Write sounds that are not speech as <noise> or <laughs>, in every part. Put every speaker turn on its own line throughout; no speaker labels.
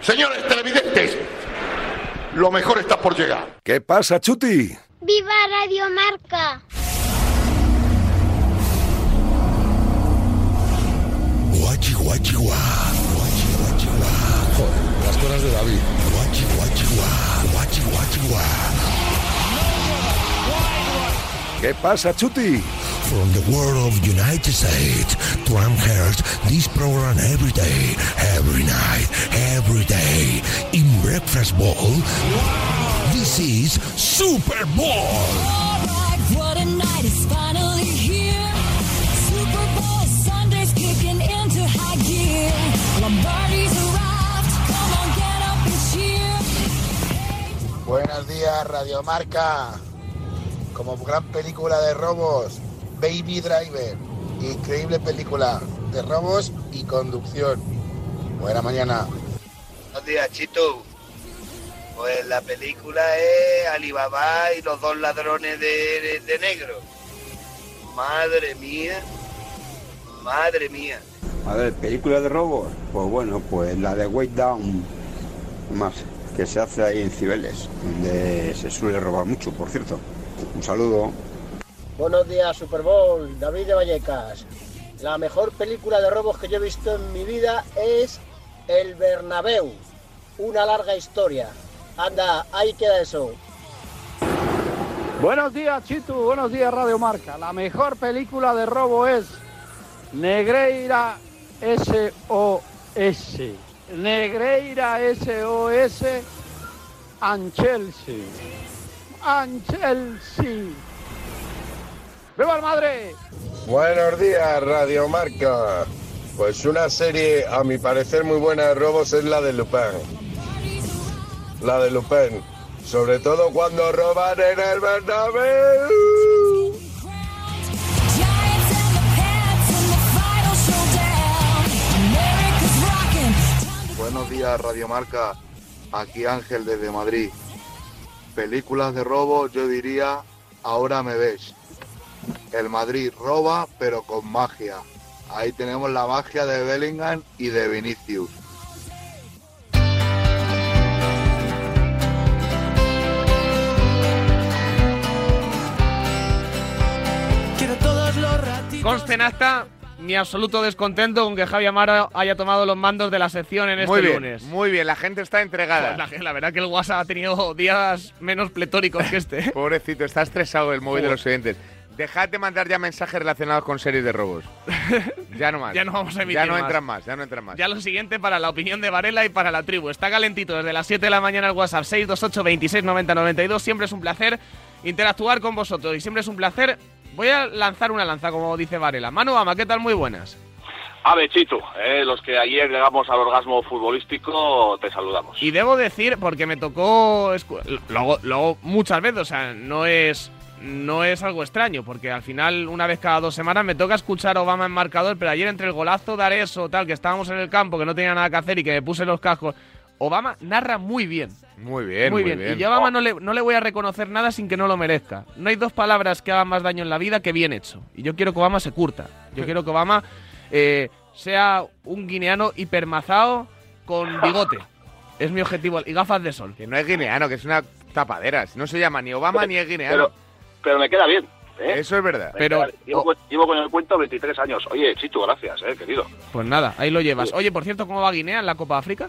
Señores televidentes, lo mejor está por llegar.
¿Qué pasa, Chuti?
¡Viva Radio Marca!
Guachi, guachi, guá. Guachi, guachi, guá.
Joder, las cosas de David.
Guachi, guachi, guá. Guachi, guachi, guá.
¿Qué pasa, Chuti?
From the world of United States, Trump hears this program every day, every night, every day. In Breakfast Bowl, this is Super Bowl.
Alright, what a night is finally here. Super Bowl Sunday's kicking into high gear. Lombardi's arrived. Come on, get up and cheer.
Buenos días, Radiomarca. Como gran película de robos, Baby Driver. Increíble película de robos y conducción. Buena mañana.
Buenos días, Chito. Pues la película es Alibaba y los dos ladrones de, de- de negro. Madre mía. Madre mía.
A ver, película de robos. Pues bueno, pues la de Way Down, más, que se hace ahí en Cibeles, donde se suele robar mucho, por cierto. Un saludo.
Buenos días, Super Bowl. David de Vallecas. La mejor película de robos que yo he visto en mi vida es El Bernabéu. Una larga historia. Anda, ahí queda eso.
Buenos días, Chitu. Buenos días, Radio Marca. La mejor película de robo es Negreira SOS. Negreira SOS Anchelsea. Anchelsea. ¡Viva el madre!
Buenos días, Radio Marca. Pues una serie, a mi parecer, muy buena de robos es la de Lupin. La de Lupin. Sobre todo cuando roban en el Bernabéu.
Buenos días, Radio Marca. Aquí Ángel desde Madrid. Películas de robo, yo diría, ahora me ves. El Madrid roba, pero con magia. Ahí tenemos la magia de Bellingham y de Vinicius.
Conste en acta mi absoluto descontento con que Javi Amaro haya tomado los mandos de la sección en este
Muy bien,
lunes.
muy bien, la gente está entregada.
Pues la, la verdad que el WhatsApp ha tenido días menos pletóricos que este. <laughs>
Pobrecito, está estresado el móvil de
Joder.
los oyentes. Dejad de mandar ya mensajes relacionados con series de
<laughs>
robos. Ya no más.
Ya no vamos a emitir
Ya no
más.
entran más, ya no entran más.
Ya lo siguiente para la opinión de Varela y para la tribu. Está calentito desde las 7 de la mañana el WhatsApp 628 26 90 92. Siempre es un placer interactuar con vosotros y siempre es un placer. Voy a lanzar una lanza, como dice Varela. Manu Ama, ¿qué tal? Muy buenas.
Ave Chitu, eh, los que ayer llegamos al orgasmo futbolístico, te saludamos.
Y debo decir, porque me tocó. escu- Lo hago, lo hago muchas veces, o sea, no es. No es algo extraño, porque al final, una vez cada dos semanas, me toca escuchar a Obama en marcador, pero ayer entre el golazo, dar eso, tal, que estábamos en el campo, que no tenía nada que hacer y que me puse los cascos. Obama narra muy bien.
Muy bien,
muy bien. Y yo a Obama no le, no le voy a reconocer nada sin que no lo merezca. No hay dos palabras que hagan más daño en la vida que bien hecho. Y yo quiero que Obama se curta. Yo quiero que Obama eh, sea un guineano hipermazado con bigote. Es mi objetivo. Y gafas de sol.
Que no es guineano, que es una tapadera. No se llama ni Obama ni es guineano.
Pero, pero me queda bien. ¿eh?
Eso es verdad.
Me queda bien. llevo, con- llevo con el cuento 23 años. Oye, Chitu, gracias, eh, querido.
Pues nada, ahí lo llevas. Oye, por cierto, ¿cómo va Guinea en la Copa África?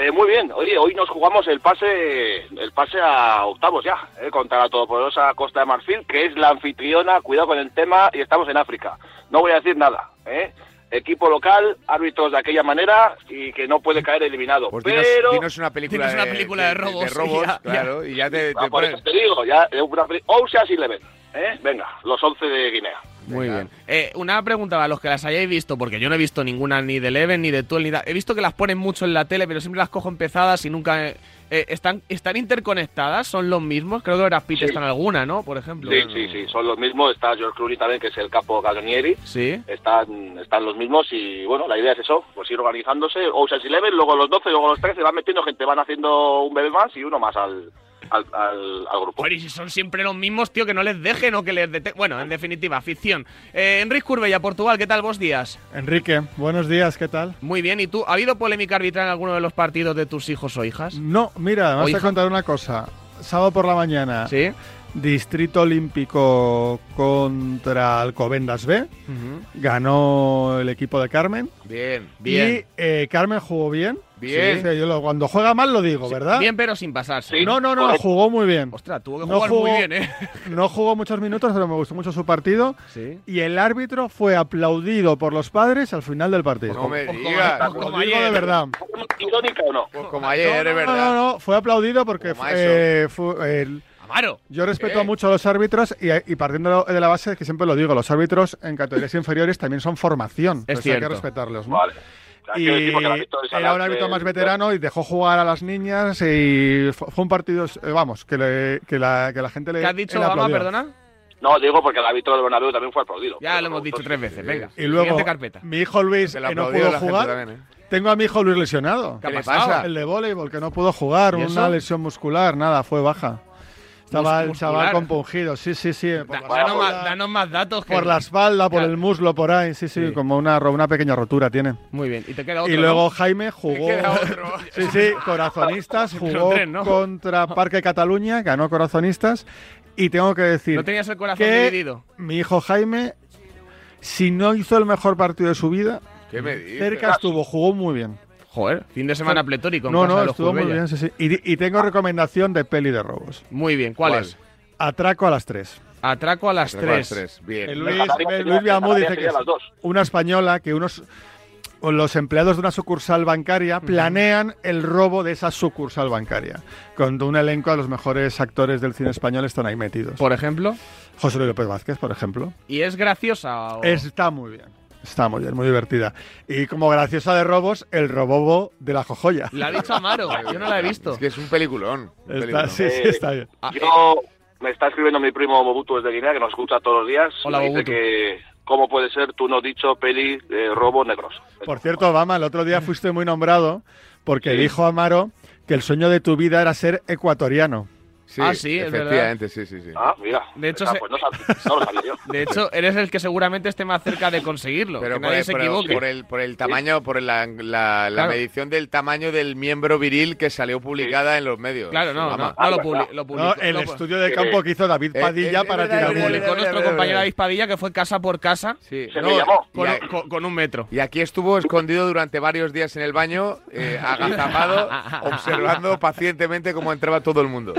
Eh, muy bien, oye, hoy nos jugamos el pase el pase a octavos ya, eh, contra la todopoderosa Costa de Marfil, que es la anfitriona, cuidado con el tema, y estamos en África. No voy a decir nada, ¿eh? Equipo local, árbitros de aquella manera y que no puede caer eliminado.
Pues dinos,
pero
dinos una película,
Dinos una
de,
película de robos y <laughs>
robos,
ya-
claro, y ya te,
Ah,
te
por
pones-
eso te digo, ya, eh, una peli- Ocean's Eleven, ¿eh? Venga, los 11 de Guinea.
Muy bien. Eh, una pregunta para los que las hayáis visto, porque yo no he visto ninguna ni de Eleven, ni de Tuel, ni da- He visto que las ponen mucho en la tele, pero siempre las cojo empezadas y nunca. eh, eh, ¿están, ¿Están interconectadas? ¿Son los mismos? Creo que Brad Pitt
Sí.
está en alguna, ¿no? Por ejemplo.
Sí, sí, sí, son los mismos. Está George Clooney también, que es el capo Gaglionieri.
Sí.
Están, están los mismos y, bueno, la idea es eso, pues ir organizándose. Ocean's Eleven, luego los 12, luego los 13, van metiendo gente, van haciendo un bebé más y uno más al, al, al- al grupo.
Joder, y si son siempre los mismos, tío, que no les dejen o que les deten- Bueno, en definitiva, ficción. Eh, Enrique Curbella, Portugal, ¿qué tal vos días?
Enrique, buenos días, ¿qué tal?
Muy bien, ¿y tú? ¿Ha habido polémica arbitral en alguno de los partidos de tus hijos o hijas?
No, mira,
O
vas a
hija.
contar una cosa. Sábado por la mañana. Sí. Distrito Olímpico contra Alcobendas B. Ganó el equipo de Carmen.
Bien, bien.
Y eh, Carmen jugó bien.
Bien.
Sí, sí, yo lo- cuando juega mal lo digo, ¿verdad?
Bien, pero sin pasarse.
No, no, no, jugó muy bien.
Ostras, tuvo que
No
jugar muy
jugó-
bien, ¿eh? <laughs>
No jugó muchos minutos, pero me gustó mucho su partido.
Sí.
Y el árbitro fue aplaudido por los padres al final del partido.
No me digas.
Os lo digo de verdad.
¿Irónica o no?
Pues como ayer, es
No,
verdad.
no, no, fue aplaudido porque
Como
eh, fue el-
Amaro. Eh.
yo respeto mucho a los árbitros y, y partiendo de la base que siempre lo digo, los árbitros en categorías inferiores también son formación.
Es
Entonces hay que
cierto.
respetarlos, ¿no?
Hay que
Y
decir porque el árbitro es
era un
Alas,
árbitro
eh,
más veterano y dejó jugar a las niñas y fu- fue un partido, eh, vamos, que, le- que la, que la gente le
¿Qué has dicho,
le
Gama,
aplaudió.
perdona?
No, digo porque el árbitro del Bernabéu también fue aplaudido.
Ya lo hemos dicho tres veces, venga.
Y luego,
Siguiente carpeta.
mi hijo Luis, que no
aplaudió
pudo
la gente
jugar,
también, ¿eh?
tengo a mi hijo Luis lesionado.
¿Qué ¿Qué le le pasa? pasa?
El de voleibol, que no pudo jugar,
¿Y
una
eso?
lesión muscular, nada, fue baja. Estaba el chaval
muscular.
compungido, sí, sí, sí. Por, la-
Danos más, danos más datos. que-
por la espalda, por el muslo, por ahí, sí, sí, como una, ro- una pequeña rotura tiene.
Muy bien, y te queda otro.
Y luego
¿no?
Jaime jugó.
queda otro.
<laughs> sí, sí,
<laughs>
Corazonistas
Son
jugó
tres, ¿no?
contra Parque Cataluña, ganó Corazonistas. Y tengo que decir.
No tenías el corazón
que
dividido.
Mi hijo Jaime, si no hizo el mejor partido de su vida,
¿Qué me dices? Ah.
cerca estuvo, jugó muy bien.
Joder, fin de semana pletórico. en
No,
casa
no,
de los
estuvo muy
Curbella.
bien, sí, sí. Y, y tengo recomendación de peli de robos.
Muy bien, ¿cuál,
¿Cuál?
es?
Atraco a las tres.
Atraco a las
Atraco a las
3.
tres,
Bien.
El Luis, el Luis Viamú dice que es una española que unos o los empleados de una sucursal bancaria planean el robo de esa sucursal bancaria. Cuando un elenco de los mejores actores del cine español están ahí metidos.
Por ejemplo.
José Luis López Vázquez, por ejemplo.
¿Y es graciosa o...?
Está muy bien. Está muy bien, muy divertida. Y como graciosa de robos, el robobo de la jojoya.
La ha
<laughs>
dicho Amaro, yo no la he visto.
Es que es un peliculón. un
Está,
peliculón.
<laughs> sí, sí, está bien.
Yo me está escribiendo mi primo Bobutu desde Guinea, que nos escucha todos los días.
Hola,
me dice
Bobutu.
que cómo puede ser tú no dicho peli de robos negros.
Por cierto, Obama, el otro día fuiste muy nombrado porque dijo Amaro que el sueño de tu vida era ser ecuatoriano.
Sí,
Ah, sí, es verdad.
efectivamente, sí, sí, sí.
Ah, mira.
De hecho,
Ah,
se-
pues no, sab- no lo sabía
<laughs>
yo.
de hecho, eres el que seguramente esté más cerca de conseguirlo.
Pero
que
por
nadie
el,
se
por el-
equivoque.
por el, por el tamaño, por la, la- la
Claro.
medición del tamaño del miembro viril que salió publicada en los medios.
Claro, no,
Ama.
no, no lo publi- lo publicó.
No, el
lo-
estudio de campo que hizo David
Eh,
Padilla
eh,
para
es verdad,
tirar
es verdad,
bullying.
es
Con nuestro compañero
verdad.
David Padilla, que fue casa por casa.
Sí.
No, Con, con- con un metro.
Y aquí estuvo escondido durante varios días en el baño, eh,
<laughs>
agazapado, observando pacientemente cómo entraba todo el mundo.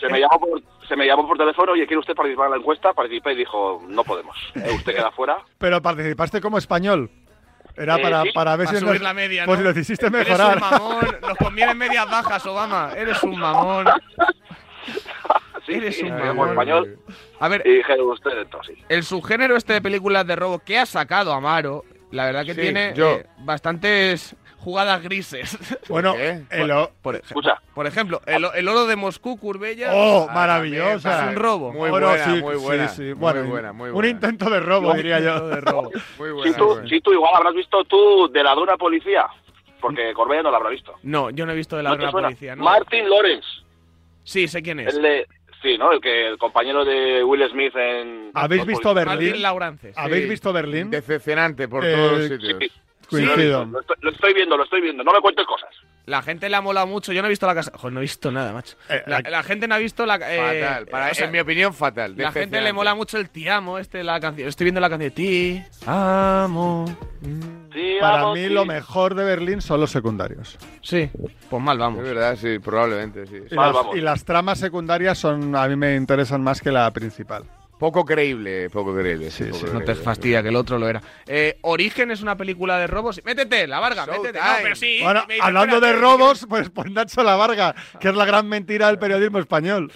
Se me, llamó por, se me llamó por teléfono y ¿quiere usted participar en la encuesta? Participé y dijo, no podemos. Eh, Usted queda fuera.
<laughs> Pero participaste como español. Era
Eh,
para,
sí.
para ver
Para
si
subir
lo,
la media,
pues
¿no?
lo hiciste
Eres
mejorar.
un mamón. Nos conviene medias bajas, Obama. Eres un
<laughs>
mamón. Eres un
me
mamón.
llamó español.
A ver.
Y dije, usted dentro, sí.
El subgénero este de películas de robo que ha sacado Amaro, la verdad que
Sí,
tiene
yo.
eh, bastantes jugadas grises.
<laughs>
¿Eh?
Bueno, el o-
Por, por ejemplo, el, o- el oro de Moscú, Curbella.
¡Oh,
Ah,
maravillosa!
también, Es un robo.
Bueno, sí, sí, sí. Bueno, Un intento de robo,
Un
diría yo.
intento de
<laughs>
si, tú, si tú igual habrás visto tú de la dura policía, porque Corbella no la habrá visto.
¿Mm? No, yo no he visto de la
¿No te
Gran
suena?
policía. No.
Martin Lawrence.
Sí, sé quién es.
El de- sí, ¿no? El que el compañero de Will Smith en...
¿Habéis
los
visto
policías.
Berlín? ¿Habéis visto Berlín?
Decepcionante por
Eh,
todos los sitios.
Coincido.
Lo estoy, lo estoy viendo, lo estoy viendo. No me cuentes cosas.
La gente le ha molado mucho. Yo no he visto la casa. Joder, no he visto nada, macho.
Eh,
la, la gente no ha visto la. eh,
Fatal, para-
o sea,
en mi opinión, fatal.
la gente le
decepcionante.
mola mucho el Ti amo, este, la canción. Estoy viendo la canción de Ti amo.
Para mí lo mejor de Berlín son los secundarios.
Sí, pues mal vamos.
Es verdad, sí, probablemente, sí.
Y, las, y las tramas secundarias son a mí me interesan más que la principal.
Poco creíble, poco creíble.
Sí, sí.
No te fastidia, que el otro lo era. Eh, Origen es una película de robos. Métete, la Varga, métete. No, pero sí.
Bueno,
me dice,
hablando de
espérate.
robos, pues pon Nacho la Varga, que es la gran mentira del periodismo español.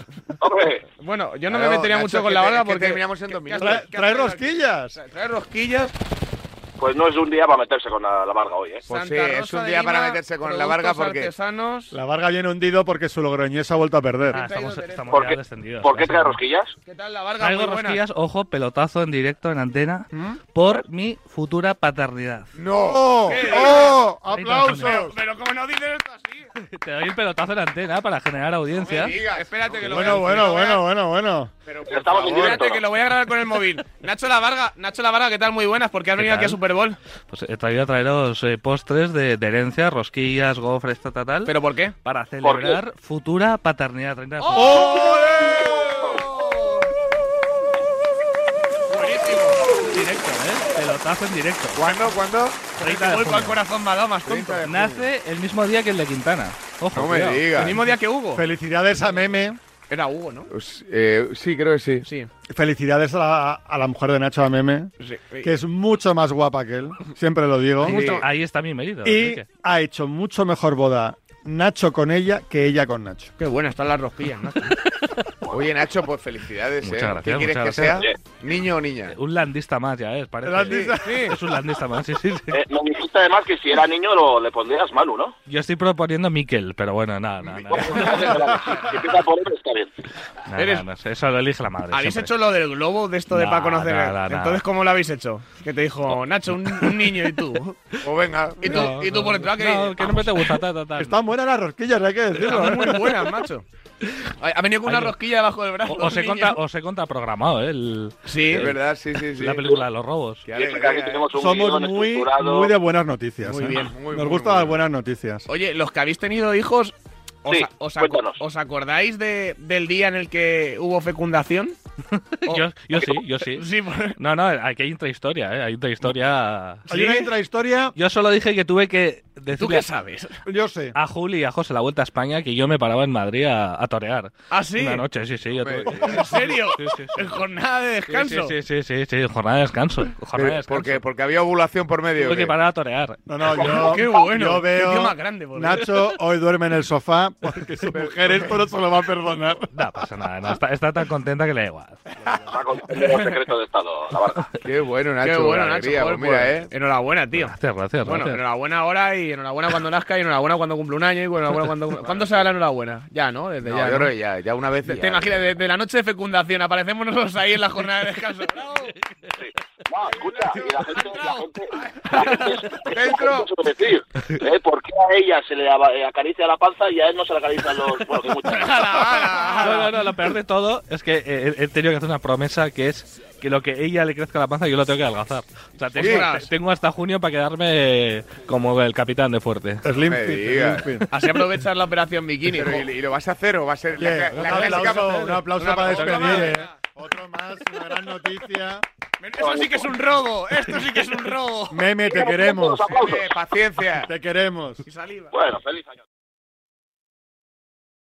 Bueno, yo no
Claro,
me metería
Nacho,
mucho
que
con la
te-
Varga
que
porque.
terminamos
en dos
Trae, trae rosquillas.
Trae rosquillas.
Pues no es un día para meterse con la, la Varga hoy, ¿eh?
Pues sí, es un día para meterse con la Varga porque.
La Varga viene hundido porque su logroñés ha vuelto a perder.
estamos estamos
¿Por
ya
qué-
descendidos.
¿Por qué
Ya
trae
estamos.
rosquillas?
¿Qué tal la Varga?
Traigo
Muy buena.
rosquillas, ojo, pelotazo en directo en antena, por mi futura paternidad.
¡No!
¡Oh! ¡Oh! ¡Aplausos!
Pero como no dices esto así.
<laughs> Te doy el pelotazo en antena para generar audiencia.
Espérate que lo
Bueno,
voy a
bueno, bueno, bueno, bueno.
Pero por favor, espérate que lo voy a grabar con el móvil. Nacho La Varga, Nacho La Varga, ¿qué tal? Muy buenas, porque has venido aquí a
tal?
Super Bowl.
Pues he traído a traeros eh, postres de, de herencia, rosquillas, gofres, tal, tal, tal.
¿Pero por qué?
Para
¿Por qué?
celebrar futura paternidad. 30 de junio.
Buenísimo.
Directo, ¿eh? Pelotazo en directo.
¿Cuándo? ¿Cuándo?
30 de
Vuelvo al
junio.
corazón Madama, tonto.
Nace el mismo día que el de Quintana. Ojo,
No me
cuidado.
digas.
El mismo día que Hugo.
Felicidades a Meme. Pues,
Era Hugo, ¿no?
Eh, sí, creo que sí.
Sí.
Felicidades a la, a la mujer de Nacho a Meme,
Sí.
que es mucho más guapa que él, siempre lo digo.
Ahí- Ahí está mi mérito.
Y
Enrique.
ha hecho mucho mejor boda Nacho con ella que ella con Nacho.
Qué buena están las rosquillas, Nacho.
Oye, Nacho, pues felicidades.
Muchas
¿eh?
gracias,
¿Qué quieres que
muchas
sea?
gracias.
¿Niño o niña?
Un landista más ya es, parece.
Landista.
Sí, sí. Es un landista más, sí, sí. sí.
Eh, me dijiste además que si era niño lo, le pondrías Manu, ¿no?
Yo estoy proponiendo Miquel, pero bueno, nada, nada.
<laughs> Si empieza por él, está bien.
Eres-
Eso lo elige la madre.
¿Habéis
siempre.
hecho lo del globo de esto de
No,
para conocer?
no, no, no.
Entonces, ¿cómo lo habéis hecho? Que te dijo, Nacho, un, un niño
<laughs>
y tú.
O venga.
Y tú,
Pues No,
y tú por detrás que.
No, que no me te gusta, ta, ta, ta.
Están buenas las rosquillas, hay que decirlo. ¿eh?
Están muy buenas, macho. Ay, Ha venido con una
Ay,
rosquilla debajo del brazo.
O- Os he,
niño.
contra, os he contraprogramado, ¿eh? El,
Sí.
el-
Es verdad, sí, sí, sí.
La película de los robos.
Qué
Y eso que aquí
alegría, ¿eh?
tenemos un
Somos
guión
muy,
estructurado.
muy de buenas noticias.
Muy
¿eh?
bien.
Muy,
Nos
muy,
gustan las
muy.
buenas noticias.
Oye, los que habéis tenido hijos, ¿os,
Sí,
os
cuéntanos.
os acordáis de- del día en el que hubo fecundación?
<laughs>
O-
Yo, yo sí, yo sí.
<laughs> sí, por-
No, no, aquí hay intrahistoria, ¿eh? Hay intrahistoria.
Hay una intrahistoria,
Yo solo dije que tuve que
¿Tú
decirle
qué sabes?
yo sé.
a Juli y a José la vuelta a España que yo me paraba en Madrid a, a torear.
¿Ah, sí?
Una noche, sí, sí. yo
Hombre,
tuve-
¿En serio?
Sí, sí, sí.
¿En jornada de
Sí,
descanso?
Sí, sí, sí, sí, sí, jornada de descanso. Jornada de
Pero,
descanso.
¿Por qué? Porque había ovulación por medio.
Tuve
¿o qué?
que parar a torear.
No, no, yo,
<laughs> ¡Qué bueno!
yo veo.
Qué tío más grande, por Dios.
Nacho hoy duerme en el sofá porque su mujer esto no se lo va a perdonar.
No pasa nada, no, está, está tan contenta que le da igual.
Va con un secreto de Estado, la barca.
Qué bueno, Nacho.
Qué bueno, Nacho.
alegría,
joder,
pues mira,
pues,
¿eh?
Enhorabuena, tío.
Gracias, gracias.
Bueno,
gracias.
enhorabuena ahora y enhorabuena cuando nazca y enhorabuena cuando cumple un año y bueno, enhorabuena cuando... ¿Cuándo se da la enhorabuena? Ya, ¿no? Desde
No,
ya,
yo
¿no?
creo que ya, ya una vez.
Te,
ya.
te imaginas, desde la noche de fecundación aparecemos nosotros ahí en la jornada de descanso. ¡Bravo!
No, escucha, y la gente, la gente, la gente
<laughs>
es- es-
Dentro.
es decir, ¿eh? ¿Por qué a ella se le aba- eh, acaricia la panza y a él no se le acarician los... Bueno, que
<laughs>
muchas
No, no, no, lo peor de todo es que eh, he, he tenido que hacer una promesa que es que lo que ella le crezca la panza yo lo tengo que adelgazar. O sea, tengo,
Ostras.
te- tengo hasta junio para quedarme como el capitán de fuerte.
Slim
me
Fit,
digas.
Slim Fit.
Así aprovechas la operación bikini.
Pero, ¿y, y lo vas a hacer o va a ser
Bien,
la,
un,
la clásica-
aplauso, un aplauso para
Otro
despedir.
más.
eh. Otro más, una gran noticia.
Eso sí que es un robo, esto sí que es un robo.
Meme, te queremos.
aplausos.
Eh, Paciencia.
Te queremos.
Y saliva.
Bueno, feliz año.